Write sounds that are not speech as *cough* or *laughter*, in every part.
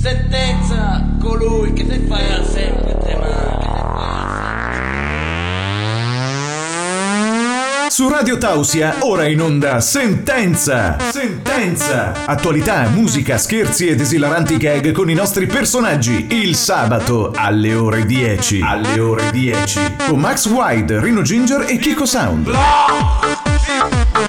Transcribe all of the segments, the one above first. Sentenza colui che te farà sempre tremare. che te farà Su Radio Tausia, ora in onda Sentenza! Sentenza! Attualità, musica, scherzi ed esilaranti gag con i nostri personaggi. Il sabato alle ore 10. Alle ore 10. Con Max Wide, Rino Ginger e Kiko Sound.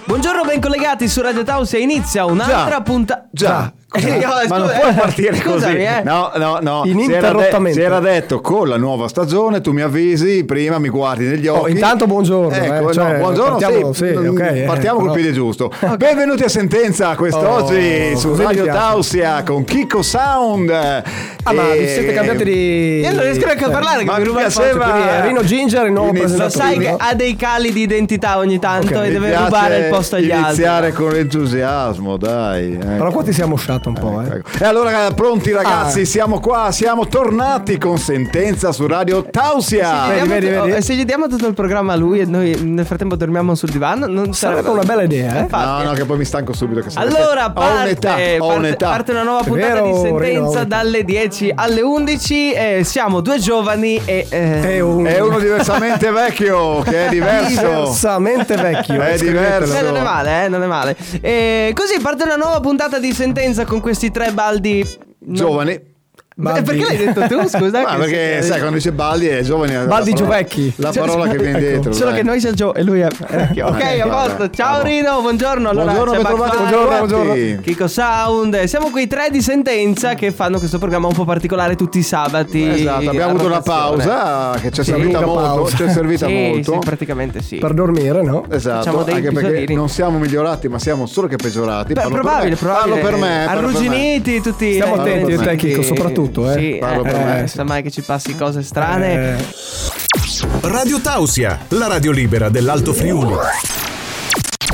Buongiorno, ben collegati su Radio Tausia. Inizia un'altra puntata. Già. Eh, ma non eh, *laughs* puoi partire così. eh. No, no, no. Ininterrottamente. Si era, de- si era detto con la nuova stagione tu mi avvisi, prima mi guardi negli occhi. Oh, intanto buongiorno, Ecco, eh, cioè, no, buongiorno. partiamo- sì, sì, mm, ok, eh, partiamo col però- piede giusto. Benvenuti a Sentenza quest'oggi Oh, su così mi Radio piace. Tausia con Kiko Sound. Ah, ma vi Eh, siete cambiati di. Eh, Io non riesco neanche a parlare, che Ma mi mi ruba il piaceva- posto, quindi, eh, Rino Ginger, il nuovo Inizio- Lo presentatore. sai che ha dei cali di identità ogni tanto Ok, e mi deve piace rubare il posto agli altri. Iniziare con entusiasmo, dai. ecco. Però qua ti siamo usciato un po', eh. Ah. Ecco. E allora pronti ragazzi, siamo qua, siamo tornati con sentenza su Radio Tausia. Diamo- vedi, vedi. oh, e Se gli diamo tutto il programma a lui e noi nel frattempo dormiamo sul divano, non Sarebbe una bella idea, eh. Infatti. No, no, che poi mi stanco subito. Che Allora ho un'età, parte, ho parte- un'età. parte una nuova È puntata vero, di Rino, sentenza ho- dalle 10 alle 11. eh, siamo due giovani e... eh, È un. È uno diversamente vecchio, *laughs* che è diverso. Diversamente vecchio. È scrivetelo. diverso. Eh, non è male, eh, non è male. E così parte una nuova puntata di sentenza con questi tre baldi. non- Giovani. Eh, perché l'hai detto tu? *laughs* Scusa. che- Ma eh, perché sai, quando dice Baldi è giovane. la Baldi parola- Giovecchi. La Cioè, parola che viene ecco, dietro. Solo dai. che noi siamo Gio e lui è vecchio. Ok, *laughs* Eh, a vabbè, posto. Ciao vabbè. Rino, buongiorno. Allora, Buongiorno, c'è bentrovati, Backfire, buongiorno, bentrovati. Kiko Sound. E Siamo quei tre di sentenza che fanno questo programma un po' particolare tutti i sabati. Esatto, a abbiamo avuto una rotazione. pausa che ci è Sì, servita una molto. pausa. Ci è servita Sì, molto. sì, praticamente sì. Per dormire, no? Esatto, Facciamo dei anche perché episodini. non siamo migliorati, ma siamo solo che peggiorati. Beh, Parlo per probabile, me. probabile. Parlo per me. parlo per me. Arrugginiti tutti. Stiamo eh, attenti, tutti. il tecnico, soprattutto, eh. Sì, Parlo eh, per eh, me. sa mai che ci passi cose strane. Eh, Radio Tausia, la radio libera dell'Alto Friuli.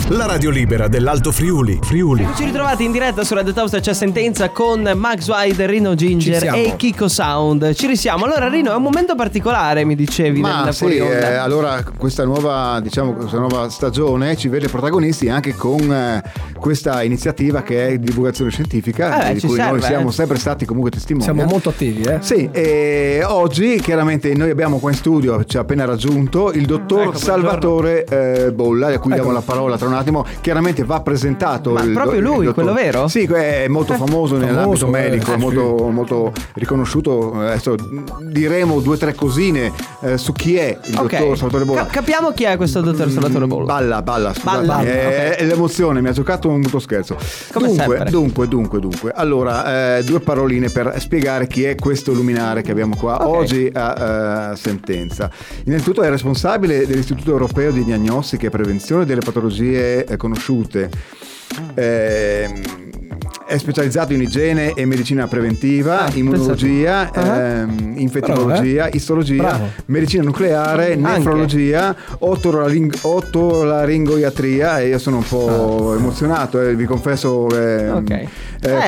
La radio libera dell'Alto Friuli. Friuli. Ci ritrovate in diretta su Radio Tausta c'è sentenza con Max Wide, Rino Ci Ginger siamo. e Kiko Sound. Ci risiamo. Allora, Rino, è un momento particolare, mi dicevi. Ma nella sì, fuori eh, onda. allora questa nuova, diciamo, questa nuova stagione ci vede protagonisti anche con eh, questa iniziativa che è divulgazione scientifica, Eh, di ci cui noi serve, siamo eh. sempre stati comunque testimoni. siamo molto attivi, eh. Sì, e oggi chiaramente noi abbiamo qua in studio, ci ha appena raggiunto il Ecco, dottor Salvatore eh, Bolla, a cui diamo la parola tra un attimo. Chiaramente va presentato. Ma il do- proprio il lui, dottor. quello vero? Sì, è molto famoso nell'ambito Famoso, eh. medico, Eh, molto, molto riconosciuto. Adesso diremo due o tre cosine eh, su chi è il Ok. dottor Salvatore Bolla. Ca- capiamo chi è questo dottor Salvatore Bolla. Balla, balla, scusate. Balla, Eh, è l'emozione, mi ha giocato un brutto scherzo. Come dunque, sempre. dunque, dunque, dunque. Allora, eh, due paroline per spiegare chi è questo luminare che abbiamo qua Ok. oggi a eh, sentenza. Innanzitutto è responsabile dell'Istituto Europeo di Diagnostica e Prevenzione delle Patologie eh, Conosciute. Ehm, è specializzato in igiene e medicina preventiva, Ah, immunologia, pensate. Ah. ehm, infettivologia, istologia, Bravo. medicina nucleare, Anche. nefrologia otorologia, otorolaring- otolaringoiatria e io sono un po' emozionato, eh, vi confesso, eh, Ah. Ok. eh,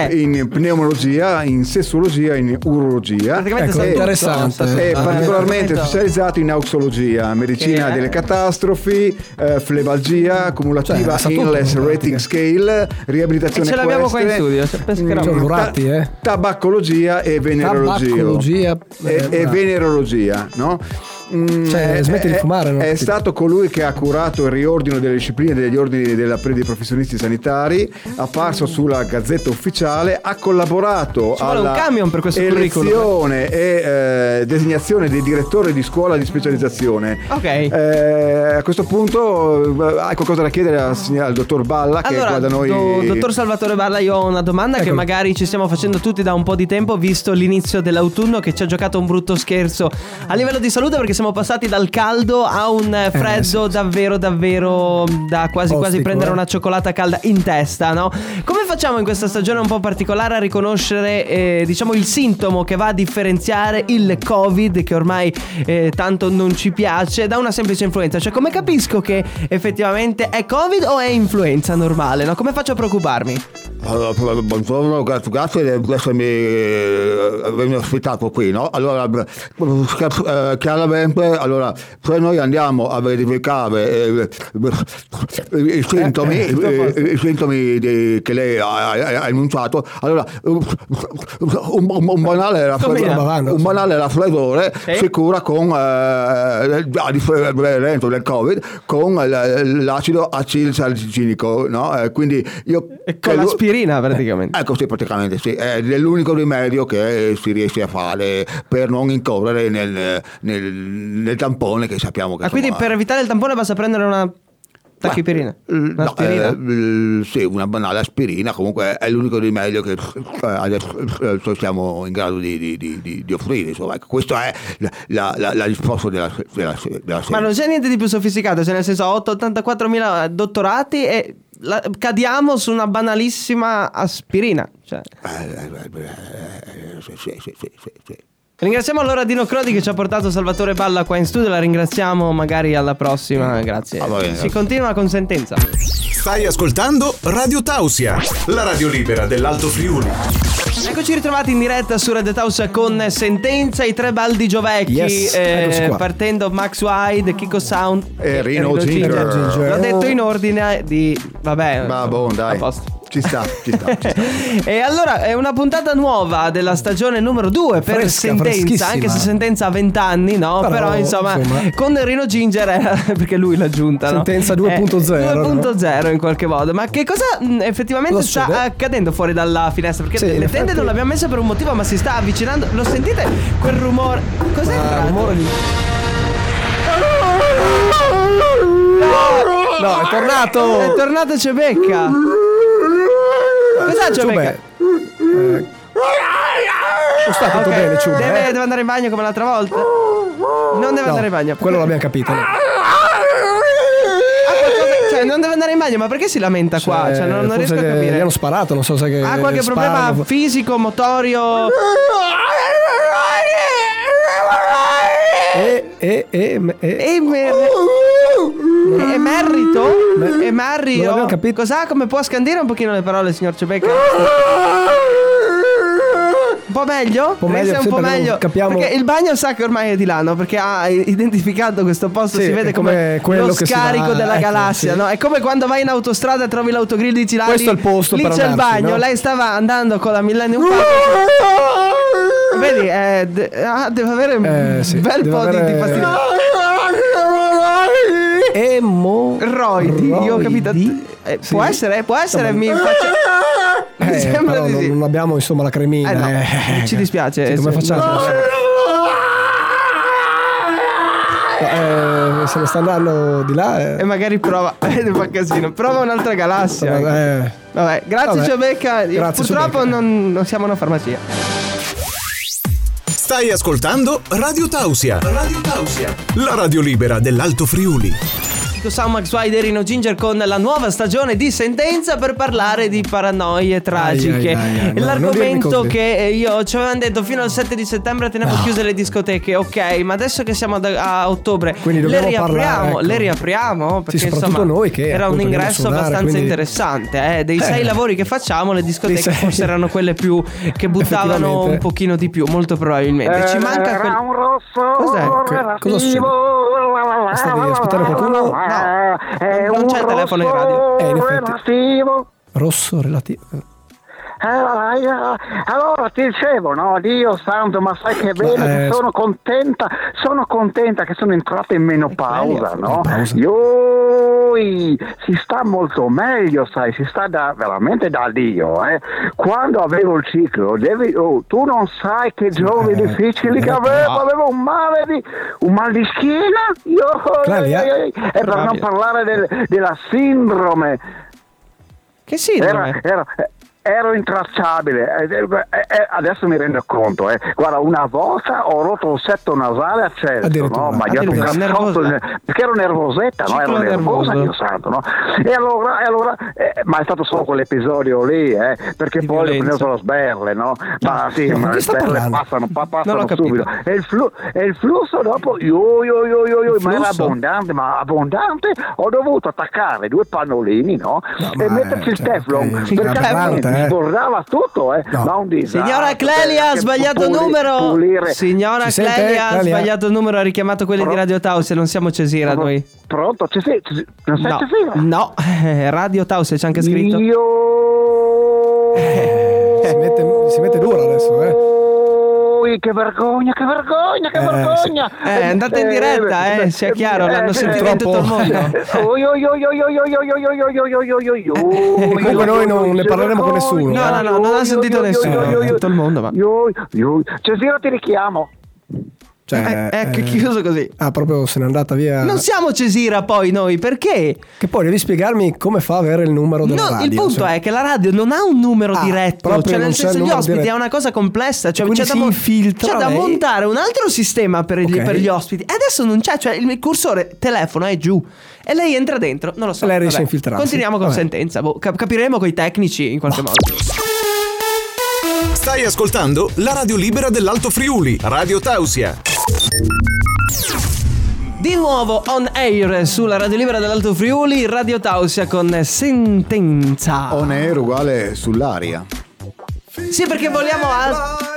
Eh. in pneumologia, in sessologia, in urologia. Praticamente Ecco, sa tutto, interessante. sa tutto. E Ah, particolarmente perfetto. specializzato in auxologia, medicina Che è- delle catastrofi, eh, flebalgia, cumulativa Cioè, sa tutto, illness in pratica. rating scale, riabilitazione E ce l'abbiamo qua in equestre, studio, cioè, se- penso che mm, eravamo- ta- Giornurati, eh. Tabacologia e venerologia. Tabacologia, e, eh, e bravo. venerologia, no? Mm, Cioè, eh, smetti di eh, fumare, no? È stato colui che ha curato il riordino delle discipline e degli ordini della pre- dei professionisti sanitari, apparso sulla Gazzetta Ufficiale, ha collaborato Ci vuole un alla camion per questo curriculum. elezione e eh, designazione dei direttori di scuola di specializzazione. Ok. Eh, a questo punto eh, hai qualcosa da chiedere al, sign- al dottor Balla che Allora, è qua da noi do- dottor Salvatore Balla, io ho una domanda che magari ci stiamo facendo tutti da un po' di tempo, visto l'inizio dell'autunno che ci ha giocato un brutto scherzo a livello di salute, perché siamo passati dal caldo a un eh, freddo davvero, davvero da quasi quasi Ostico, prendere eh. una cioccolata calda in testa, no? Come facciamo in questa stagione un po' particolare a riconoscere, eh, diciamo, il sintomo che va a differenziare il Covid, che ormai eh, tanto non ci piace, da una semplice influenza? Cioè, come capisco che effettivamente è Covid o è influenza normale, no? Come faccio a preoccuparmi? Allora, buongiorno, grazie, grazie di essermi eh, avermi ospitato qui, no? Allora, beh, eh, chiaramente, allora, se noi andiamo a verificare eh, eh, i sintomi, eh, i sintomi di- che lei ha, ha- ha enunciato, allora, un, un- un banale Sto bevando. raffreddore, un banale raffreddore si cura con, eh, a differenza del Covid, con l- l'acido acil salicinico, no? Eh, quindi io E con che lu- l'aspirina praticamente. Ecco sì, praticamente sì, è l'unico rimedio che eh, si riesce a fare per non incorrere nel, nel- nel tampone che sappiamo che Ah, quindi Eh, insomma, per evitare il tampone basta prendere una tachipirina. eh, no, Un'aspirina. eh, eh, sì, una banale aspirina comunque è l'unico rimedio che eh, adesso eh, siamo in grado di, di- di- di- di offrire. Insomma, ecco, questa è la, la- la- la risposta della, della, della Ma non c'è niente di più sofisticato, cioè nel senso ho 84.000 dottorati e la- cadiamo su una banalissima aspirina. Cioè. Eh, eh, eh, eh, sì, sì, sì, sì, sì, sì. Ringraziamo allora Dino Crodi che ci ha portato Salvatore Balla qua in studio, la ringraziamo magari alla prossima, grazie. Ah, va bene, si grazie. continua con sentenza. Stai ascoltando Radio Tausia, la radio libera dell'Alto Friuli. Eccoci ritrovati in diretta su Red House con Sentenza, i tre baldi giovecchi, eh, Yes, eccoci qua. partendo Max Wide, Kiko Sound E Rino Ginger. Ginger. L'ho detto in ordine di... vabbè, Ma boh, Ah, dai. a posto. Ci sta, ci sta, ci sta. E allora è una puntata nuova della stagione numero 2 per Fresca, sentenza, freschissima. anche se sentenza ha 20 anni, no? Però, Però, insomma, insomma. con Rino Ginger era- *laughs* perché lui l'ha aggiunta, no? Sentenza Eh, 2.0, no? 2.0 in qualche modo. Ma che cosa mh, effettivamente Lo sta succede. accadendo fuori dalla finestra? Perché Sì, le in tende effetti- non le abbiamo messe per un motivo, ma si sta avvicinando. Lo sentite quel rumore? Cos'è Ah, entrato? rumore di- No, è tornato! È tornato Cebecca. Cos'ha Cebecca? Lo sta tutto Ok, bene, Ciuba, deve, eh? deve andare in bagno come l'altra volta. Non deve No, andare in bagno. Quello l'abbiamo capito. no. Ha qualcosa- Cioè, non deve andare in bagno, ma perché si lamenta qua? Eh, Cioè, non, non Forse riesco a gli- capire. Gli hanno sparato, non so eh, se che. Ha qualche sparano. problema fisico, motorio. E, e, e, e- e- Emer- Emerito? non Emerito? abbiamo capito. Cos'ha? Come può scandire un pochino le parole, signor Cebecca? Un po' meglio? Un po' meglio, un sì, po' perché meglio. capiamo- Perché il bagno sa che ormai è di là, no? Perché ha identificato questo posto. Sì, si vede è come come, quello lo che si scarico va- della ecco, galassia, sì. no? È come quando vai in autostrada e trovi l'autogrill di Cilani. Questo è il posto Lì per c'è il andarci, bagno. no? Lei stava andando con la Millennium Falcon. Vedi, eh, de- ah, deve avere un Eh, sì, bel deve po' di- di avere- fastidio. *laughs* Emo. Roidi, io ho capito. Roidi? Eh, Sì. Può essere, può essere. Mi faccio... Eh, *laughs* mi sembra però di sì. non, non abbiamo insomma la cremina. Eh, no, eh. ci dispiace, Sì, come se- facciamo? no. No, eh, se ne sta andando di là. eh. E magari prova. *laughs* Eh, fa casino. Prova un'altra galassia. Eh, Vabbè, grazie Vabbè. Giobecca. Io- Grazie, Purtroppo Giobecca. non, non siamo una farmacia. Stai ascoltando Radio Tausia. Radio Tausia, la radio libera dell'Alto Friuli. Ecco Max Wide e Rino Ginger con la nuova stagione di Sentenza per parlare di paranoie tragiche. ai, ai, ai, no, non dirmi L'argomento così. Ah. che eh, io ci avevano detto fino al 7 di settembre tenevo chiuse le discoteche, ok, ma adesso che siamo ad- a ottobre Quindi le dobbiamo riapriamo, parlare, ecco. le riapriamo perché soprattutto insomma noi che, era un appunto, dobbiamo ingresso suonare, abbastanza quindi- interessante, eh. dei sei Eh. lavori che facciamo le discoteche sei. forse erano quelle più che buttavano un Effettivamente. pochino di più, molto probabilmente. Ci manca quel Cos'è? Che- cosa succede? Sta Ah, di aspettare qualcuno? No, eh, non c'è il telefono in radio. Eh, in effetti. Rosso relativo. Eh, Allora ti dicevo, no, Dio santo, ma sai che bene, Eh, che sono contenta, sono contenta che sono entrata in menopausa, no? Ioi, si sta molto meglio, sai, si sta da- veramente da Dio, eh. Quando avevo il ciclo, devi- oh, tu non sai che giorni eh, difficili che eh, avevo, avevo un male di, un mal di schiena, ioi, Claudia? ioi, ioi. e per non Claudia. parlare del- della sindrome Che sì, Ah, era, era, ero intracciabile, eh, eh, eh, adesso mi rendo conto, eh. guarda una volta ho rotto un setto nasale a certo, Addirittura. no? ma io ho Addirittura, cazzotto, nervosa. in- perché ero nervosetta, no? ero Ciclo nervosa, nervoso. Dio santo, no? e allora, e allora, eh, ma è stato solo quell'episodio lì, eh, perché Di poi le ho violenza. preso solo sberle, no? ma sì, Ma ma che le sta sberle parlando? passano, pa- Non l'ho passano capito. subito, e il, flu- e il flusso dopo, io, io, io, io, io, Il ma era flusso? abbondante, ma abbondante, ho dovuto attaccare due pannolini, no? ma, e metterci eh, il cioè, Teflon, ok, sì, perché la altrimenti parata, eh. sborrava tutto, eh? No. Ma un disastro, Signora Clelia ha perché sbagliato puli- numero. pulire- Signora Ci sente, Clelia ha Clelia? sbagliato numero, ha richiamato quelli di Pro- Radio Taus e non siamo Cesira noi. Pronto? Ci sei? Ci- Non sei No, Cesira? no, *laughs* Radio Taus c'è anche scritto. Io... Eh, Si mette, si mette dura adesso, eh. Ui, Che vergogna, che vergogna, che Eh, vergogna! sì. Eh, andate in diretta, eh, sia chiaro, l'hanno sentito in tutto il mondo. *laughs* Oi, oi, oi, oi, oi, oi, oi, oi, oi, oi, oi, oi, oi, oi. Eh, Comunque noi non ne parleremo con nessuno. No, no, no, non ha sentito nessuno, in tutto il mondo, ma- Io, io, Cesira ti richiamo. Cioè, Eh, ecco, eh, chiuso così. Ah, proprio se n'è andata via. Non siamo Cesira poi noi, perché? Che poi devi spiegarmi come fa a avere il numero della No, radio. il punto cioè. è che la radio non ha un numero Ah, diretto, proprio cioè non nel c'è il senso gli numero ospiti diretto. è una cosa complessa, cioè Quindi c'è, si da, mon- infiltra c'è da lei. montare un altro sistema per, gli, Ok. per gli ospiti. E adesso non c'è, cioè il cursore telefono è giù e lei entra dentro, non lo so. Lei riesce vabbè. a infiltrarsi. Continuiamo con Vabbè. sentenza, boh, cap- capiremo con i tecnici in qualche modo. Stai ascoltando la radio libera dell'Alto Friuli, Radio Tausia. Di nuovo on air sulla Radio Libera dell'Alto Friuli, Radio Tausia con sentenza. On air uguale sull'aria. Sì, perché vogliamo al-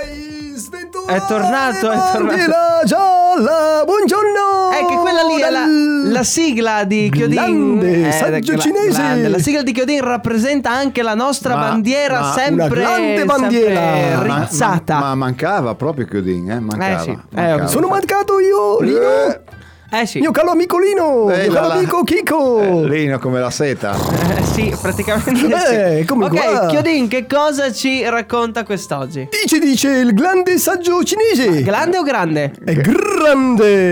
È tornato, è Bandiera gialla, buongiorno. È che quella lì è dal- la, la sigla di Chiodin. Grande, saggio gra- cinese. grande. La sigla di Chiodin rappresenta anche la nostra Ma- bandiera ma sempre, una grande bandiera. sempre Ma- rizzata. Ma, ma mancava proprio Chiodin, eh? Mancava. Eh sì, eh, mancava. ok. Sono mancato io, Lino. Eh, eh sì. Mio caro amico Lino. eh, mio la- caro la- amico Chico. Eh, Lino come la seta. Eh, sì, praticamente. Eh, sì. come ok, qua. Chiodin, che cosa ci racconta quest'oggi? Dice, dice il grande saggio cinese. Grande o grande? è grande.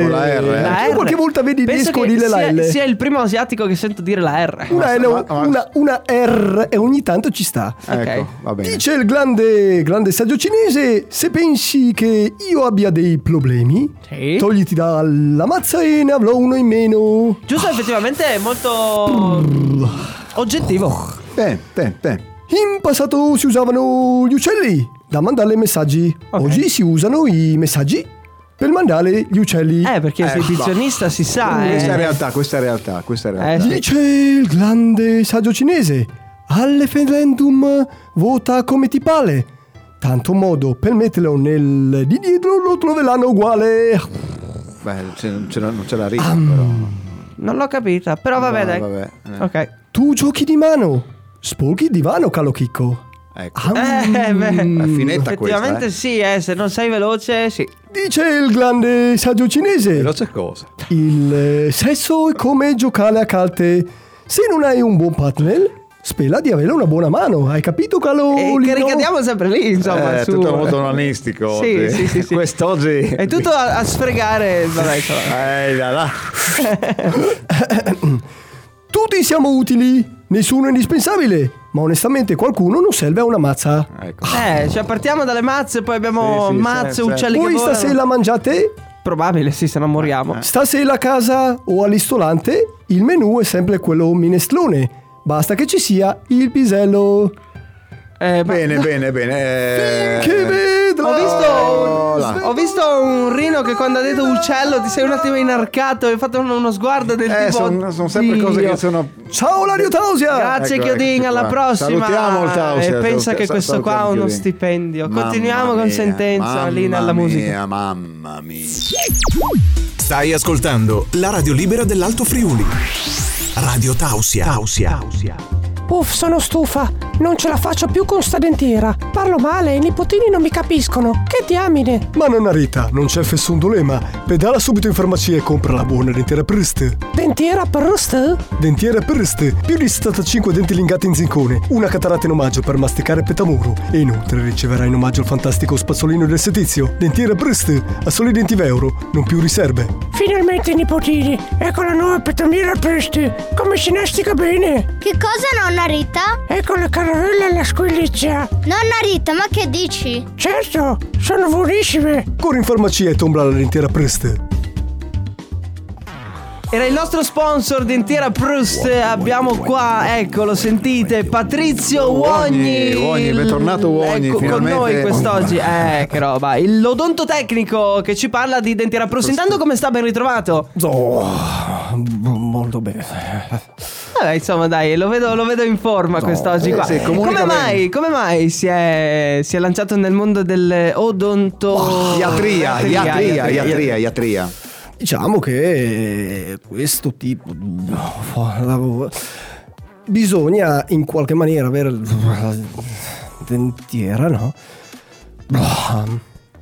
Con la R, eh. La Tu R. Qualche volta vedi il Penso disco che di sia, Lelaile. sia il primo asiatico che sento dire la R. Una, L, ma- ma- una- una R e ogni tanto ci sta. Ecco, va bene. Dice il grande, grande saggio cinese: Se pensi che io abbia dei problemi, Sì. togliti dalla mazza e ne avrò uno in meno. Giusto, effettivamente è molto oggettivo. Te, te, te. In passato si usavano gli uccelli da mandare messaggi. Ok. Oggi si usano i messaggi per mandare gli uccelli. Eh, perché sei Ecco. esibizionista si sa, Questa è eh. realtà, questa è realtà, questa è realtà. Eh, sì. Dice il grande saggio cinese: al referendum vota come ti pare. Tanto modo per metterlo nel di dietro lo troveranno uguale. Beh, ce- non ce la- non ce la rima, però. Non l'ho capita, però vabbè, No, dai. vabbè, eh. Ok. Tu giochi di mano, sporchi il divano, calo chicco. Ecco. Eh, beh. È finetta Effettivamente questa. Eh. sì, eh, se non sei veloce, sì. Dice il grande saggio cinese: Veloce cosa? il eh, sesso è come giocare a carte. Se non hai un buon partner, spera di avere una buona mano. Hai capito, calo? E Lino? che ricadiamo sempre lì, insomma. Eh, su- tutto molto nonistico. Sì, oggi. sì, sì, sì. Quest'oggi. È tutto a, a sfregare, vabbè, insomma. Eh, là, là. Tutti siamo utili, nessuno è indispensabile, ma onestamente qualcuno non serve a una mazza. Ecco. Eh, cioè partiamo dalle mazze, poi abbiamo Sì, sì, mazze, sì, uccelli che Voi volano. stasera mangiate, Probabile, sì, se no Eh, moriamo. stasera a casa o al ristorante, il menù è sempre quello minestrone. Basta che ci sia il pisello. Eh, ma- Bene, bene, bene. eh. Che vedrà! Ho visto, un, Hola. ho visto un rino che quando ha detto uccello ti sei un attimo inarcato e hai fatto uno, uno sguardo del Eh, tipo sono, sono sempre "Oddio". cose che sono. Ciao Lario Tausia! Grazie Ecco, Chiodin, eccoci alla qua. prossima. Salutiamo il Tausia, E pensa salutia- che questo qua ha salutiamo uno Chiodin. stipendio. Mamma Continuiamo con mia, sentenza lì nella mamma musica. mia, mamma mia. Stai ascoltando la radio libera dell'Alto Friuli. Radio Tausia. Tausia. Uff, sono stufa. Non ce la faccio più con sta dentiera. Parlo male e i nipotini non mi capiscono. Che diamine! Ma nonna Rita, non c'è nessun dolema. Pedala subito in farmacia e compra la buona dentiera Prist. Dentiera Proust? Dentiera Prist, più di 75 denti lingati in zincone, una cataratta in omaggio per masticare petamuro e inoltre riceverai in omaggio il fantastico spazzolino del setizio. Dentiera Prist, a soli 20 euro, non più riserve. Finalmente i nipotini! Ecco la nuova petamiera Proust! Come si nastica bene! Che cosa, nonna Rita? Ecco la carota carovella alla squilliccia. Nonna Rita, ma che dici? Certo, sono buonissime. Corri in farmacia e tombla la lentiera Prest. Era il nostro sponsor Dentiera Proust. Abbiamo qua, ecco, lo sentite, Patrizio Uogni. Uogni, Uogni, bentornato Uogni, Ecco, con finalmente. noi *laughs* quest'oggi. Eh, che roba. Il- L'odontotecnico che ci parla di Dentiera Proust. Intanto come sta ben ritrovato? molto bene. Vabbè, insomma, dai, lo vedo, lo vedo in forma quest'oggi eh, qua. sì, comunica come bene. mai? Come mai si è, si è lanciato nel mondo dell'odonto Oh, Iatria, iatria, iatria, iatria. Diciamo che questo tipo di lavoro bisogna in qualche maniera avere la dentiera, no?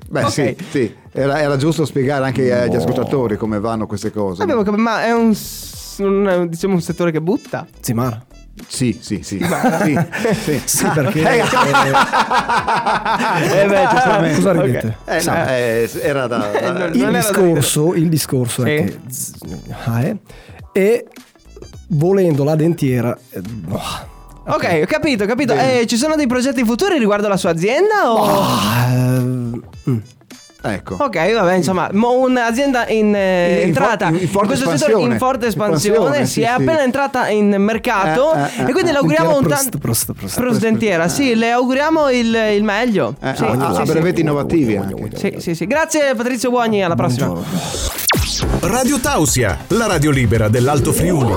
Beh, sì, sì. Era, era giusto spiegare anche agli ascoltatori come vanno queste cose. Boh. Abbiamo cap- ma è un, s- un- diciamo un settore che butta. Zimara. Sì, sì, sì. sì, sì. Sì, perché eh, Eh beh, giustamente. cosa ridete? Eh, no, eh, era da... Eh, no, non Il era da discorso, il discorso è Sì. che z- ah, eh, e volendo la dentiera eh, boh, Ok, ho capito, ho capito. Eh, ci sono dei progetti futuri riguardo la sua azienda? O... ah, mm. Ecco. Ok, vabbè, insomma, mo- un'azienda in eh, In- in for- entrata in forte questo settore espansione. in forte espansione, Espansione, si sì, è sì. appena entrata in mercato Eh, eh, eh, e quindi eh, le auguriamo dentiera un prost, tanto prost, prost, Prost prost, dentiera, sì, le auguriamo il, il meglio. Eh, sì, a- a- sì, a sì. brevetti innovativi anche. Sì, sì, sì. Grazie Patrizio Buogni, alla prossima. Radio Tausia, la radio libera dell'Alto Friuli.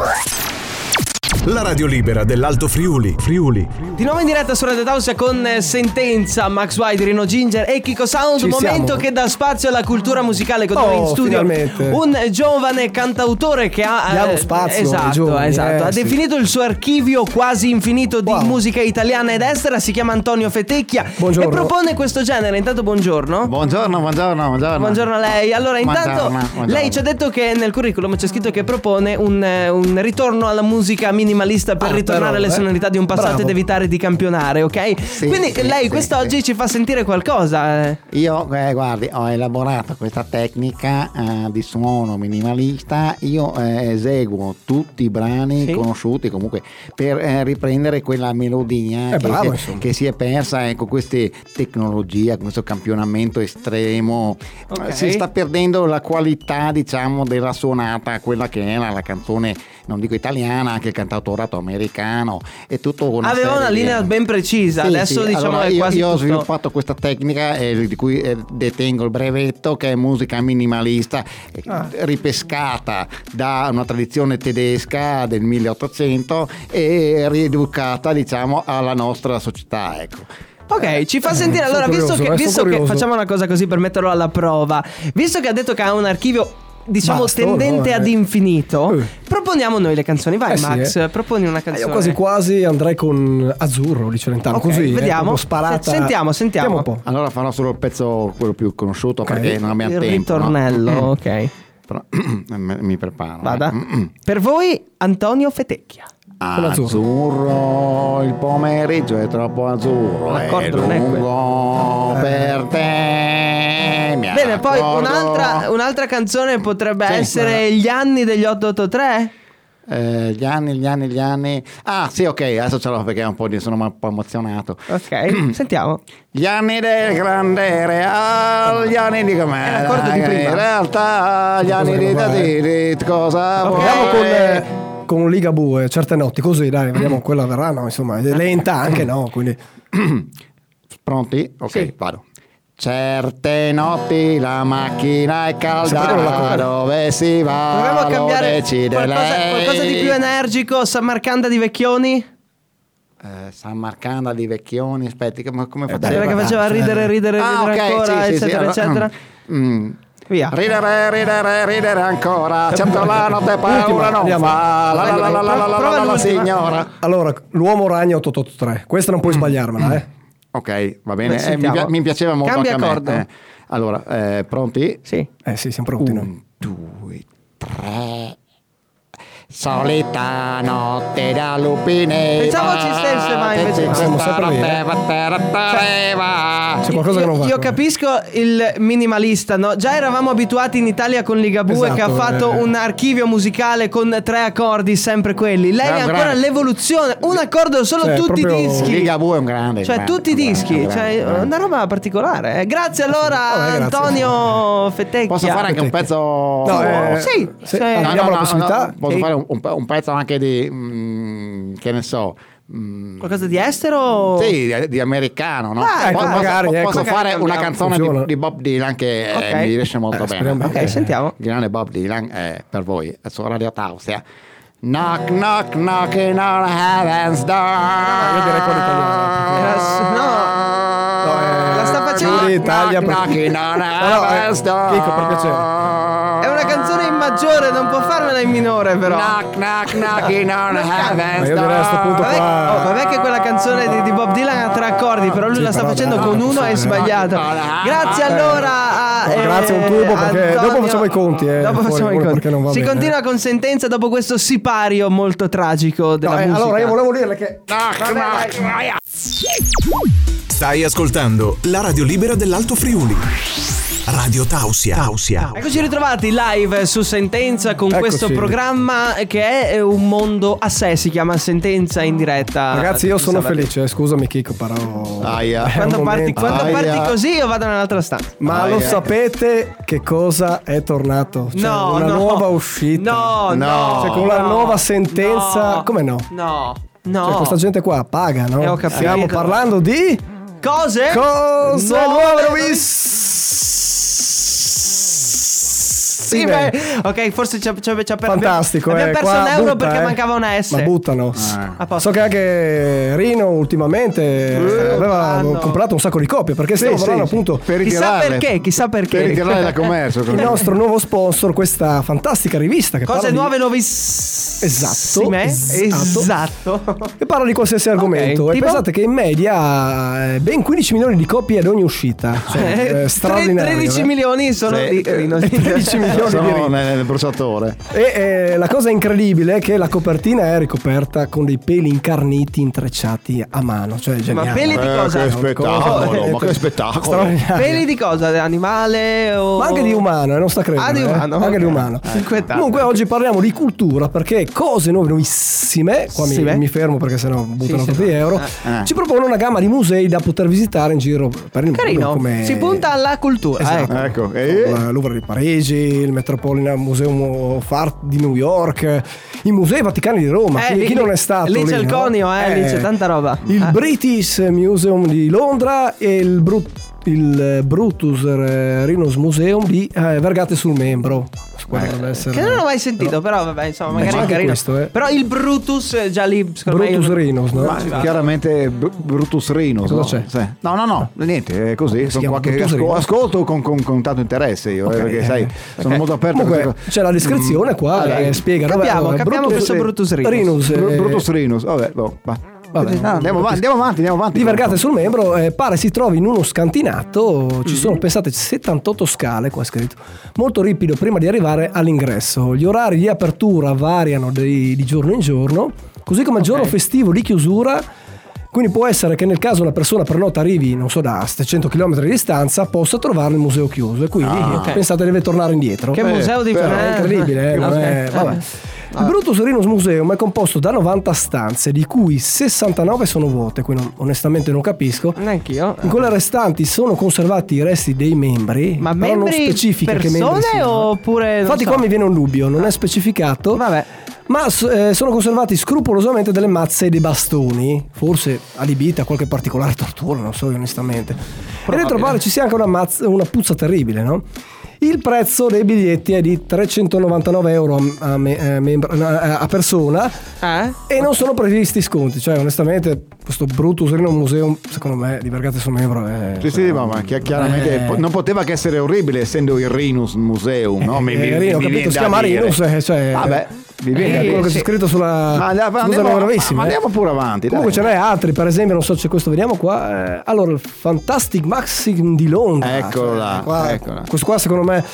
La radio libera dell'Alto Friuli. Friuli. Di nuovo in diretta su Radio Tausia con eh, Sentenza, Max White, Rino Ginger e Kiko Sound. Ci momento siamo. che dà spazio alla cultura musicale con noi Oh, in studio. finalmente. Un giovane cantautore che ha. eh, Diamo spazio ai Esatto, giovani, esatto. eh, ha sì. definito il suo archivio quasi infinito di Wow. musica italiana ed estera. Si chiama Antonio Fetecchia Buongiorno. e propone questo genere. Intanto, buongiorno. Buongiorno, buongiorno, buongiorno. Buongiorno a lei. Allora, intanto Buongiorno, buongiorno. lei ci ha detto che nel curriculum c'è scritto che propone un, eh, un ritorno alla musica minimalista per Ah, ritornare però, alle eh. sonorità di un passato Bravo. ed evitare di campionare, ok? Quindi sì, lei sì, quest'oggi ci fa sentire qualcosa. eh. Io, eh, guardi, ho elaborato questa tecnica eh, di suono minimalista. Io eh, eseguo tutti i brani Sì. conosciuti comunque per eh, riprendere quella melodia Eh, che, bravo, che- insomma. che si è persa eh, con queste tecnologie, con questo campionamento estremo. Ok. Si sta perdendo la qualità, diciamo, della suonata, quella che era la canzone, non dico italiana, anche il cantautorato americano e tutto una Aveva serie una di- linea ben precisa, sì, adesso sì, diciamo allora, è io, quasi io ho tutto- sviluppato questa tecnica eh, di cui eh, detengo il brevetto che è musica minimalista eh, Ah. ripescata da una tradizione tedesca del 1800 e rieducata diciamo alla nostra società ecco. Ok, ci fa sentire. sono Allora, visto, curioso, che, eh, visto sono che- curioso. facciamo una cosa così per metterlo alla prova, visto che ha detto che ha un archivio. Diciamo Vasto, tendente no, eh. ad infinito, Eh. proponiamo noi le canzoni. Vai, Eh sì, Max, eh. proponi una Eh, canzone. Io quasi quasi andrei con Azzurro di Celentano. Ok, così eh, vediamo. proprio sparata. Sentiamo, sentiamo. Vediamo un po'. allora farò solo il pezzo quello più conosciuto Ok. perché non abbiamo il tempo no? ritornello, ok. Però, *clears throat* mi mi preparo eh. Vada. Per voi Antonio Fetecchia. Azzurro, il pomeriggio è troppo azzurro. È L'accordo non è quello. Eh. lungo per te. Ah, mi Bene, poi accorgo. un'altra, un'altra canzone potrebbe Sì, essere guarda. Gli anni degli 883. Eh, gli anni, gli anni, gli anni. Ah, sì, ok, adesso ce l'ho perché è un po' di- sono un po' emozionato. Ok, *clears throat* sentiamo. Gli anni del grande real, gli anni di com'è. Era l'accordo di prima. In realtà, gli anni di cosa che Tadiri, cosa Ok. Proviamo con, vuoi? eh, con Ligabue, certe notti, così dai, Mm. vediamo quella verrà. No, insomma, è lenta anche, no? Quindi Pronti? Ok, Sì. vado. Certe notti la macchina è Sempre con la calda, coca. dove si va? Proviamo a lo cambiare decide qualcosa, lei. qualcosa di più energico. Sammarcanda di Vecchioni. Eh, San Marcanda di Vecchioni, aspetti, come, come faceva? Eh, Quella che faceva ridere, ridere, Ah, ridere ok, ancora, sì, sì, sì, eccetera, allora, eccetera. mm. Via. Ridere, ridere, ridere Eh, ancora, certo la notte paura non andiamo. fa, la la la la la la la Prova la, la l'ultima. signora. Allora, l'uomo ragno 883. Questa non puoi Mm. sbagliarmela, eh. Ok, va Beh, bene, eh, mi, sentiamo. pi- mi piaceva molto Cambia anche a me. accordo. eh. Allora, eh, pronti? Sì. Eh sì, siamo pronti. no? due, tre. Solita notte da lupine. Pensavo ci stesse, ma Eh, invece no. Siamo sempre lì, eh. C'è io, io capisco il minimalista, no? Già eravamo abituati in Italia con Ligabue che ha Esatto, fatto eh. un archivio musicale con tre accordi, sempre quelli. Lei Bravo, ha ancora Ah, bravo. l'evoluzione, un accordo solo Cioè, tutti i dischi. Ligabue è un grande. Cioè, grande, tutti i grande, dischi, grande, cioè, grande. una roba particolare. eh. Grazie allora, Vabbè, Oh, eh, grazie. *laughs* Antonio Fettecchia. Posso fare anche un pezzo? No, eh, sì, se abbiamo la possibilità. Posso Sì. fare un, un pe- un pezzo anche di. mm, che ne so. mm, Qualcosa di estero? Sì, di, di americano, no? Ah, ecco, posso Oh. magari, posso ecco. fare Magari una andiamo, canzone funziona. di, di Bob Dylan che eh, Ok. mi riesce molto Eh, bene. speriamo bene. Ok, sentiamo. Il grande Bob Dylan eh, per voi, eh, su Radio Tausia. Knock, knock, knocking on heaven's door. Ah, io direi quello No, la sta Eh, facendo. Knock, knock, knocking on heaven's door. È una canzone in maggiore, non può farmela in minore, però. Knock, knock, knocking on Eh, heaven's door. Vabbè, oh, vabbè che quella canzone di, di Bob Dylan ha tre accordi, però lui la sta facendo con uno e è sbagliato. Ah, Grazie allora a. No, eh, Oh, grazie a un tubo perché Antonio. dopo facciamo i conti. Eh, Dopo fuori, facciamo i pure conti. perché non va Si bene. continua con sentenza dopo questo sipario molto tragico della Eh, musica. allora io volevo dirle che Stai ascoltando la radio libera dell'Alto Friuli. Radio Tausia. Tausia. Eccoci ritrovati live su Sentenza con Ecco, Eccoci. questo programma che è un mondo a sé, si chiama Sentenza in diretta. Ragazzi, io Tutti i sono sabati. felice, scusami Chico, però. È Quando, un parti, momento. quando parti così io vado nell'altra stanza. Ma lo sapete che cosa è tornato? Cioè, No, una no. nuova uscita. No, no, Cioè, con la no, nuova sentenza. no. Come no? No, no. Cioè, questa gente qua paga, no? Eh, ho capito. Stiamo parlando di Cose? Cose No, nuove, no, Sì, beh. beh, ok, forse ci ha ci ha- ci ha per- Fantastico, Abbiamo eh, perso qua un euro butta, perché eh. mancava una S. Ma buttano. So che anche Rino ultimamente eh, aveva buttando. comprato un sacco di copie perché Sì, stiamo Eh, sì, parlando sì. appunto Per Chissà ritirarle. perché, chissà perché. Per ritirarle da *laughs* commercio, Il così. nostro nuovo sponsor, questa fantastica rivista che Cose parla di- nuove, novissime. Esatto, Esatto. esatto. Che parla di qualsiasi argomento. E tipo? pensate che in media eh, ben 15 milioni di copie ad ogni uscita. *laughs* Eh, Cioè, eh, tre- straordinario. 13 eh. milioni sono Sì. di Cioè, eh, Rino. *laughs* 13 milioni di Sono ricchi. nel bruciatore. E eh, la cosa incredibile è che la copertina è ricoperta con dei peli incarniti intrecciati a mano. Cioè, geniale. Ma peli di Eh, cosa? che *laughs* spettacolo, Eh, ma che spettacolo. straordinario. Peli di cosa? Animale o... Ma anche di umano, eh, non sta credendo. Ah, di eh. umano, Anche ok. Ah, di umano. Comunque oggi parliamo di cultura perché cose nuove, nuovissime, qua Sì, mi, beh. mi fermo perché sennò buttano sì, tutti no. gli euro, Ah. ci propone una gamma di musei da poter visitare in giro per il Carino. mondo. Come... Si punta alla cultura. Esatto. ecco. Il Louvre di Parigi, il Metropolitan Museum of Art di New York, i Musei Vaticani di Roma. Eh, chi, lì- chi non è stato? Lì, c'è il no? conio, eh, lì c'è tanta roba. Il Ah. British Museum di Londra e il, Brut- il Brutus eh, Rhinos Museum di eh, Vergate sul Membro. Quello Eh. dovrebbe essere- Che non ho mai sentito, però vabbè, insomma, magari c'è è anche carino. questo, eh. Però il Brutus eh, già lì, secondo Brutus me. Rhinos, no? Ma Sì. Chiaramente Br- Brutus Rhinos. Cosa no? c'è? Sì. No, no, no, niente, è così. Sono qua chiama che Brutus asco- Rhinos? ascolto con, con- con tanto interesse io, eh, Ok, perché eh. sai, sono Ok. molto aperto. a Comunque, queste cose. c'è la descrizione qua Allora, che spiega. capiamo, vabbè, capiamo questo Brutus Rhinos. Bru- eh, Brutus Rhinos, vabbè, boh, va. Vabbè, No, andiamo avanti, andiamo avanti, andiamo avanti. Di Vergate sul membro eh, pare si trovi in uno scantinato, ci sono pensate 78 scale, qua è scritto, molto ripido prima di arrivare all'ingresso. Gli orari di apertura variano di, di giorno in giorno, così come il giorno festivo di chiusura. Quindi può essere che nel caso una persona per nota arrivi, non so, da 700 km di distanza, possa trovare il museo chiuso e quindi Ah. eh, pensate deve tornare indietro. Che museo di però Firenze. È incredibile, eh, non è- Ok. vabbè. Ah. Il Brutus Rhinos Museum è composto da 90 stanze, di cui 69 sono vuote, quindi non- onestamente non capisco. Neanch'io. In quelle restanti sono conservati i resti dei membri, Ma però non membri specifica che persone membri siano. oppure... Eh, non Infatti so. Ah. qua mi viene un dubbio, non è specificato. Ma s- eh, sono conservati scrupolosamente delle mazze e dei bastoni, forse adibite a qualche particolare tortura, non so io onestamente. E dentro pare ci sia anche una, mazza- una puzza terribile, no? Il prezzo dei biglietti è di 399 euro a, a me- eh, membra- no, eh, a persona Ah, Eh? e non sono previsti sconti, cioè onestamente questo brutto Serino Museum, secondo me, di Vergate sul Membro è... Sì, sì, ma, ma chi- chiaramente Eh. po- non poteva che essere orribile essendo il Rhinus Museum, no? Mi, Eh, mi- Rino, mi capito, viene si da chiama dire. Rinus, eh, cioè- Vabbè, Ah, mi viene Eh, da dire. quello che c'è scritto sulla- Ma andiamo, scusa, andiamo- non è bravissimo, ma eh. andiamo pure avanti. Comunque ce dai. n'è altri, per esempio, non so se questo vediamo qua. eh, allora, il Fantastic Maxim di Londra. Cioè, Eccola, qua- eccola. Mm. Questo qua secondo me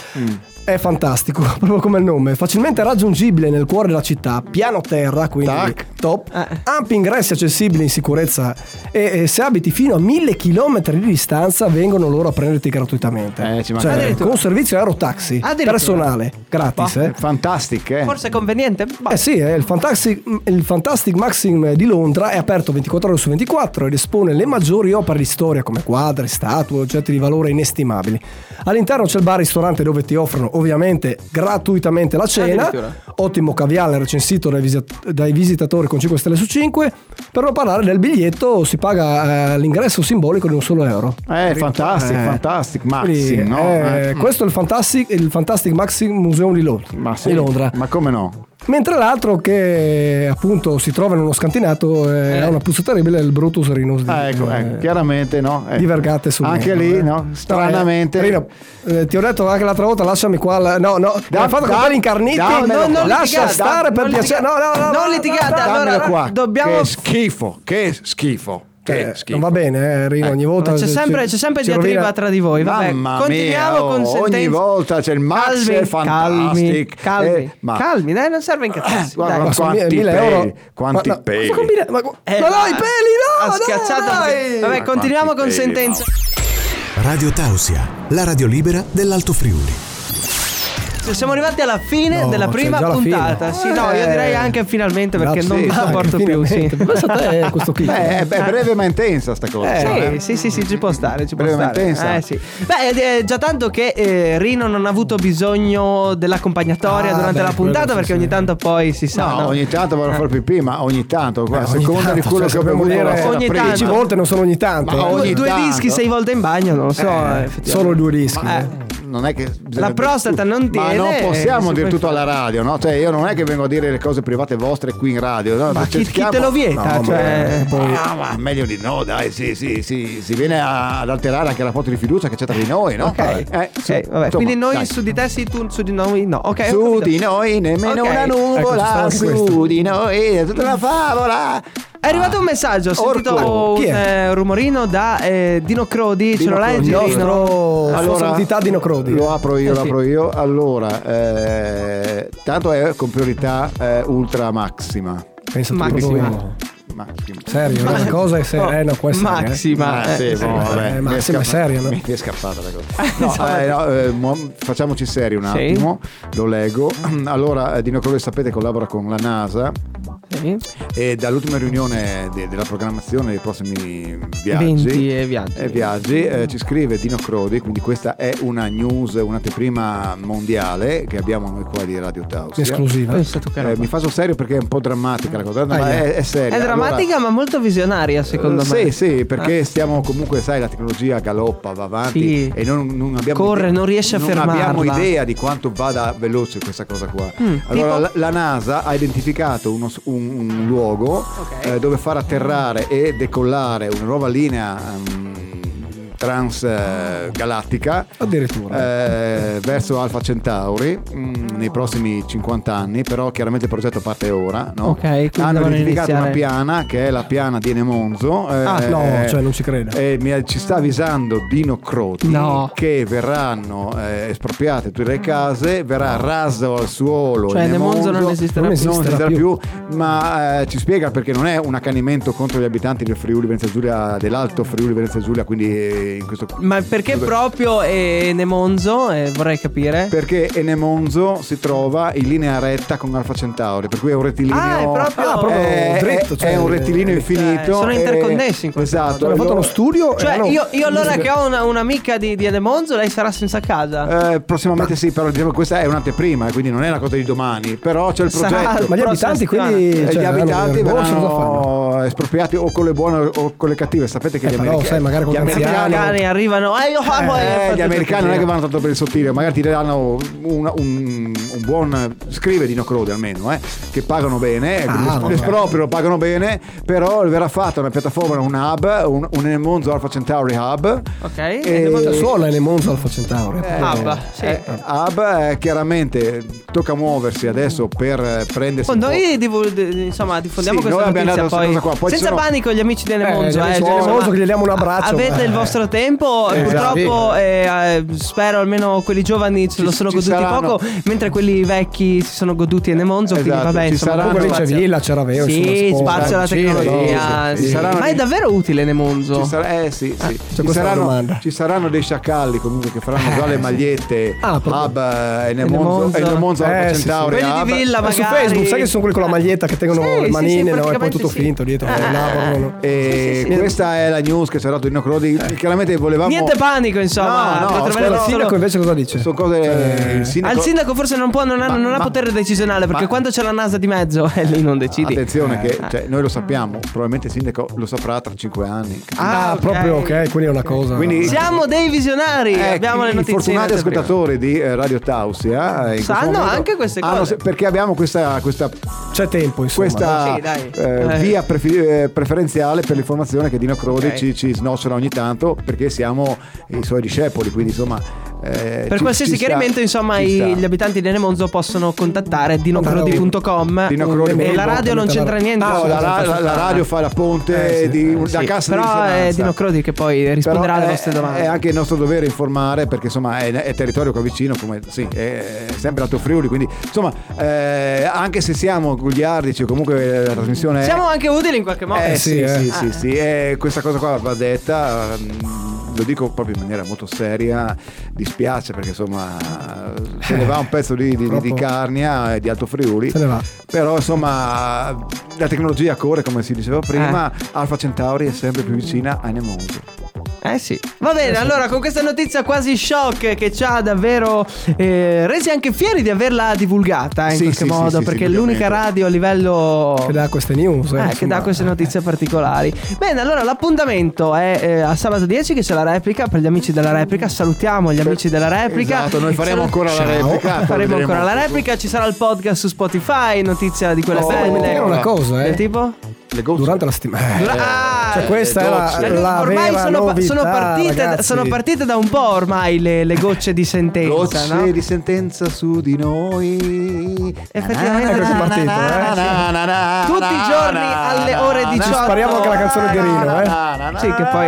è fantastico, *laughs* proprio come il nome, facilmente raggiungibile nel cuore della città, piano terra, quindi top, Eh. ampi ingressi accessibili in sicurezza e, e se abiti fino a 1000 km di distanza vengono loro a prenderti gratuitamente. Eh, ci manca- cioè, Addirittura. con servizio aerotaxi, Addirittura. personale, gratis. Bah. Eh. Fantastic, eh? Forse è conveniente? Eh sì, eh, il, Fantastic, il Fantastic Maxim di Londra è aperto 24 ore su 24 ed espone le maggiori opere di storia come quadri, statue, oggetti di valore inestimabili. All'interno c'è il bar-ristorante dove ti offrono ovviamente gratuitamente la cena, Addirittura. ottimo caviale recensito dai, visit- dai visitatori con 5 stelle su 5, per non parlare del biglietto si paga eh, l'ingresso simbolico di un solo euro. Eh, fantastic, Eh. fantastic, Quindi, Maxim, no? eh, Eh. Questo è il Fantastic, il Fantastic Maxim Museum di Londra. sì, di Londra. Ma come no? Mentre l'altro che appunto si trova in uno scantinato eh, ha una puzza terribile è il Brutus Rhinus di, Ah, ecco, ecco, chiaramente no. eh. di Vergate su Anche lì, no? Stranamente. Eh, Rino, eh, ti ho detto anche l'altra volta lasciami qua la- no no mi hai fatto contare incarniti dammelo no, qua. no, lascia Dammelo, stare per dammelo. piacere no no no Non no, litigate, no, no, allora, dammelo qua. dobbiamo- Che schifo, che schifo, che Eh, schifo. non va bene eh, Rino ogni volta C'è ci- sempre, c'è sempre ci diatriba rovina- tra di voi. Vabbè, Mamma continuiamo mia, con oh, sentenze. ogni volta c'è il Max Calmi, è Calmi, fantastic. calmi, Eh, ma- Eh, calmi, dai, non serve incazzarsi. Guarda dai. Ma sono quanti mille peli, euro. quanti Ma no, peli. cosa combina- ma co- Eh, ma no, ma- i peli, no! Ha dai, schiacciato. dai! Vabbè, continuiamo con sentenze. Radio Tausia, la radio libera dell'Alto Friuli. Siamo arrivati alla fine No, della c'è prima già la puntata. Sì, no, io Eh. direi anche finalmente perché No, non sì, vi sì, sopporto più. Sì. finalmente. *laughs* Beh, è, è breve ma intensa sta cosa. Eh, eh. sì, sì, sì, sì, ci può stare, ci può Breve ma stare. intensa. Eh, sì. Beh, ed è già tanto che eh, Rino non ha avuto bisogno dell'accompagnatoria Ah, durante beh, la quello puntata perché sì, ogni tanto poi si sa. No, no? ogni tanto vado a fare pipì, ma ogni tanto, cioè, qua, a seconda di quello che ho sappiamo bevuto cioè, dire la sera ogni prima. tanto. 10 volte non sono ogni tanto. Ma eh. ogni Due- due tanto. dischi sei volte in bagno, non lo so. eh, effettivamente. Solo due dischi. Ma- eh, Non è che La prostata non Ma tiene. non possiamo eh, dire si tutto può- alla radio, no? Cioè, io non è che vengo a dire le cose private vostre qui in radio. No? Cioè, Ma chi- chi Cerchiamo- te lo vieta? No, Cioè, ma- Ah, ma meglio di no, dai, sì, sì, sì. Si viene a- ad alterare anche la foto di fiducia che c'è tra di noi, no? Ok, Eh, sì, ok, vabbè. insomma, Quindi noi dai. su di te sì, tu su di noi no. Ok, ho Su capito. di noi nemmeno Ok. Ecco, una nuvola, su di noi è tutta una favola. È arrivato un messaggio, ho sentito Orco. un Chi è? eh, rumorino da eh, Dino Crodi, ce lo leggi? Il nostro Rino? allora, entità Dino Crodi. Lo apro Eh io, lo sì. apro io. Allora, eh, tanto è con priorità eh, ultra massima. Pensa tu Maxima. proprio. Maxima. Serio, Ma- una cosa è seria, No, eh, no, può essere, Maxima, eh. eh, Oh, sì, boh, vabbè, Eh, mi Maxima è scappa- seria, no? Mi è scappata la cosa. No, eh, no, eh, mo- facciamoci seri un attimo, lo leggo. *clears throat* Allora, eh, Dino Crowley sapete collabora con la NASA e dall'ultima riunione de- della programmazione dei prossimi viaggi, Eventi e viaggi. e viaggi, eh, ci scrive Dino Crodi, quindi questa è una news, un'anteprima mondiale che abbiamo noi qua di Radio Taos. Esclusiva. Eh, Pensa tu che roba. mi fa sul serio perché è un po' drammatica la cosa, ma Ahia. è, è seria. È drammatica ma molto visionaria Allora, secondo eh, me. Sì, sì, perché Ah. stiamo comunque, sai, la tecnologia galoppa, va avanti Sì. e non, non abbiamo Corre, non riesce a fermarla. abbiamo idea di quanto vada veloce questa cosa qua. Mm, allora, tipo- la, la NASA ha identificato uno s- un, un luogo eh, dove far atterrare e decollare una nuova linea mm, transgalattica eh, Addirittura. verso Alfa Centauri mm, nei prossimi 50 anni, però chiaramente il progetto parte ora. No? Ok, quindi Hanno devono identificato una iniziare. piana che è la piana di Enemonzo. eh, Ah, no, cioè, non ci credo. eh, mi- ci sta avvisando Dino Croti No. che verranno eh, espropriate tutte le case, verrà raso al suolo. Cioè, il Nemonzo non esisterà non più. esisterà più, ma eh, ci spiega perché non è un accanimento contro gli abitanti del Friuli Venezia Giulia, dell'Alto Friuli Venezia Giulia, quindi eh, in questo Ma perché proprio eh, Nemonzo? Eh, vorrei capire. perché Enemonzo si trova in linea retta con Alfa Centauri, per cui è un rettilineo Ah, è proprio- Ah, proprio è- dritto, è- cioè, è un rettilineo eh, infinito. sono e- interconnessi in questo Esatto, modo. Hanno fatto uno studio Cioè, io, io allora che ho una- un'amica di, di Nemonzo, lei sarà senza casa. Eh, prossimamente sì, però diciamo, questa è un'anteprima, quindi non è una cosa di domani, però c'è il Sarà progetto. Ma boh, gli prossima abitanti, settimana. quindi, Eh, cioè, gli verranno abitanti in borsa, cosa verranno espropriati o con le buone o con le cattive. Sapete che Eh, gli però, americani, sai, magari con gli gli I americani, cani arrivano. Eh, io Ah, amo, eh, eh, fate gli americani tutto non è che così. vanno tanto per il sottile, magari ti daranno un, un- un buon scrive di no crode almeno, eh, che pagano bene, Ah, ah, vabbè. l'esproprio lo pagano bene, però verrà fatta una piattaforma, un hub, un, un Monzo Alpha Centauri hub. Ok. Eh, Suola e le Monza Alfa Centauri. Eh, Abba, sì. eh, Hub eh, chiaramente tocca muoversi adesso per eh, prendersi Oh, un po'. noi divu- d- insomma, diffondiamo Sì, noi questa abbiamo notizia dato questa poi. cosa qua, poi ci senza sono- panico gli amici di Nemonzo gli eh, amici di cioè, Nemonzo insomma, che gli diamo un abbraccio, avete eh. il vostro nostro tempo. Eh, Purtroppo, eh, eh, spero almeno quelli giovani se lo sono ci goduti saranno. poco, mentre quelli vecchi si sono goduti Ene Monzo. quindi, Esatto, vabbè, ci insomma, saranno- comunque Quello spazio- c'è Villa, c'era Veo, Sì, insomma, spazio alla spazio. tecnologia. Sì, sì, sì. sì. Ma è davvero utile Nemonzo? Ci sarà- eh sì, sì. Ci, Ah, questa è la saranno, domanda. Eh, ci saranno dei sciacalli comunque che faranno già le sì. magliette Ah, proprio. Hub eh, e Nemonzo e Nemonzo Alfa Eh, sì, sì. Centauri Hub. Ma su Facebook, sai che sono quelli con la maglietta che tengono Eh. Sì, le sì, manine, sì, no? E poi praticamente tutto sì. finto dietro. Eh, eh, lavorano, no? E Eh, questa è la news che ci ha dato Nino Crodi. Chiaramente volevamo. Eh. Niente panico, insomma. No, no, potete trovare aspetta, solo- Ecco, invece cosa dice? Sono cose. il sindaco- Cioè, Al sindaco forse non può, non ha, non ha potere decisionale perché quando c'è la NASA di mezzo *laughs* e lì non decidi. Attenzione, che Eh. cioè, noi lo sappiamo, probabilmente il sindaco lo saprà tra cinque anni. Ah, Ah, ok. proprio ok, quindi è una cosa. Quindi- Siamo dei visionari, Eh, abbiamo le i notizie. in fortunati anteprima. ascoltatori di eh, Radio Tausia eh, in questo Sanno momento anche queste hanno cose. se- perché abbiamo questa, questa c'è tempo questa Sì, dai. eh, Eh. via prefi- eh, preferenziale per l'informazione che Dino Crodi Ok. ci, ci snocciola ogni tanto perché siamo i suoi discepoli quindi insomma eh, Per qualsiasi chiarimento, insomma, i- gli abitanti di Nemonzo possono contattare dinocrodi.com e la radio non c'entra niente. No, la, la- la- la radio fa la ponte di un- la Eh, Sì, cassa di Però è risonanza. Dino Crodi che poi risponderà Però alle è- vostre domande. È anche il nostro dovere informare perché insomma è, è territorio qua vicino, come, sì, è, è sempre Alto Friuli, quindi insomma eh, anche se siamo gugliardici o comunque la trasmissione è... Siamo anche utili in qualche modo. Eh, sì, sì, Ah. sì, sì, eh, questa cosa qua va detta, mm, lo dico proprio in maniera molto seria, dispiace perché insomma se ne va un pezzo di, di, di- di Carnia e di Alto Friuli, Se ne va. però insomma la tecnologia corre come si diceva prima, Alfa Centauri è sempre più vicina a Nemonzo. Eh sì. Va bene, allora con questa notizia quasi shock che ci ha davvero eh, resi anche fieri di averla divulgata eh, in Sì, qualche sì, sì, modo, sì, perché sì, è l'unica indubbiamente. radio a livello... Che dà queste news. Eh, che dà queste notizie particolari. Bene, allora l'appuntamento è eh, a sabato 10 che c'è la replica. Per gli amici della replica, salutiamo gli amici della replica. Esatto, noi faremo Salut- ancora la Ciao. replica, poi Faremo vedremo ancora la tutto. replica. Ci sarà il podcast su Spotify. Notizia di quella Oh, belle. dimentichiamo una cosa, eh. Del tipo? Durante la settimana. Ah, cioè, questa le è la- gocce. la, ormai vera sono, pa- sono novità, partite, da, ragazzi. sono partite da un po' ormai le, le gocce di sentenza. no? di sentenza su di noi. Effettivamente Ecco che è partito, eh. Tutti i giorni alle ore 18. Spariamo anche la canzone di Rino, eh. Sì, che poi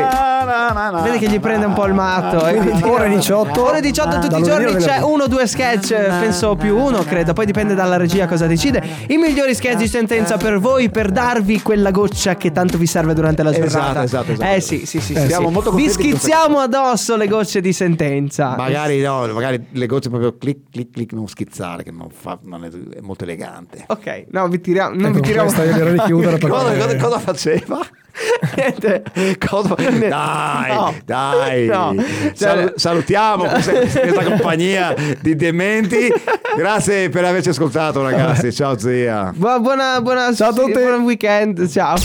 vede che gli prende un po' il matto. eh. Quindi ore 18. Ore 18 tutti Da i lunedì giorni al c'è venerdì. uno o due sketch, eh, penso più uno, credo. Poi dipende dalla regia cosa decide. I migliori sketch di sentenza per voi per darvi quella goccia che tanto vi serve durante la Esatto, giornata. esatto, esatto. Eh sì, sì, sì. Eh, sì. siamo molto vi contenti di questa schizziamo addosso le gocce di sentenza. Magari no, magari le gocce proprio clic clic clic non schizzare che non fa, non è, è molto elegante. Ok, no, vi tiriamo. Non Ecco, vi tiriamo. questa io direi di *laughs* chiudere perché- Cosa, cosa- cosa faceva? *laughs* Niente. Cosa- Dai, No. dai. No. Sal- Cioè- salutiamo questa, questa compagnia *laughs* di dementi. Grazie per averci ascoltato ragazzi. Ciao zia. Buona, *laughs* buona, buona, Ciao a tutti. buon weekend. Ciao.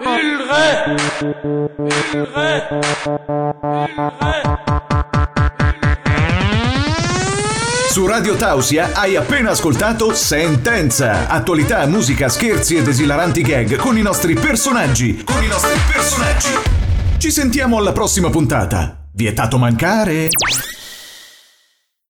Il re! Il re! Il re! Su Radio Tausia hai appena ascoltato Sentenza. Attualità, musica, scherzi ed esilaranti gag con i nostri personaggi. Con i nostri personaggi. Ci sentiamo alla prossima puntata. Vietato mancare.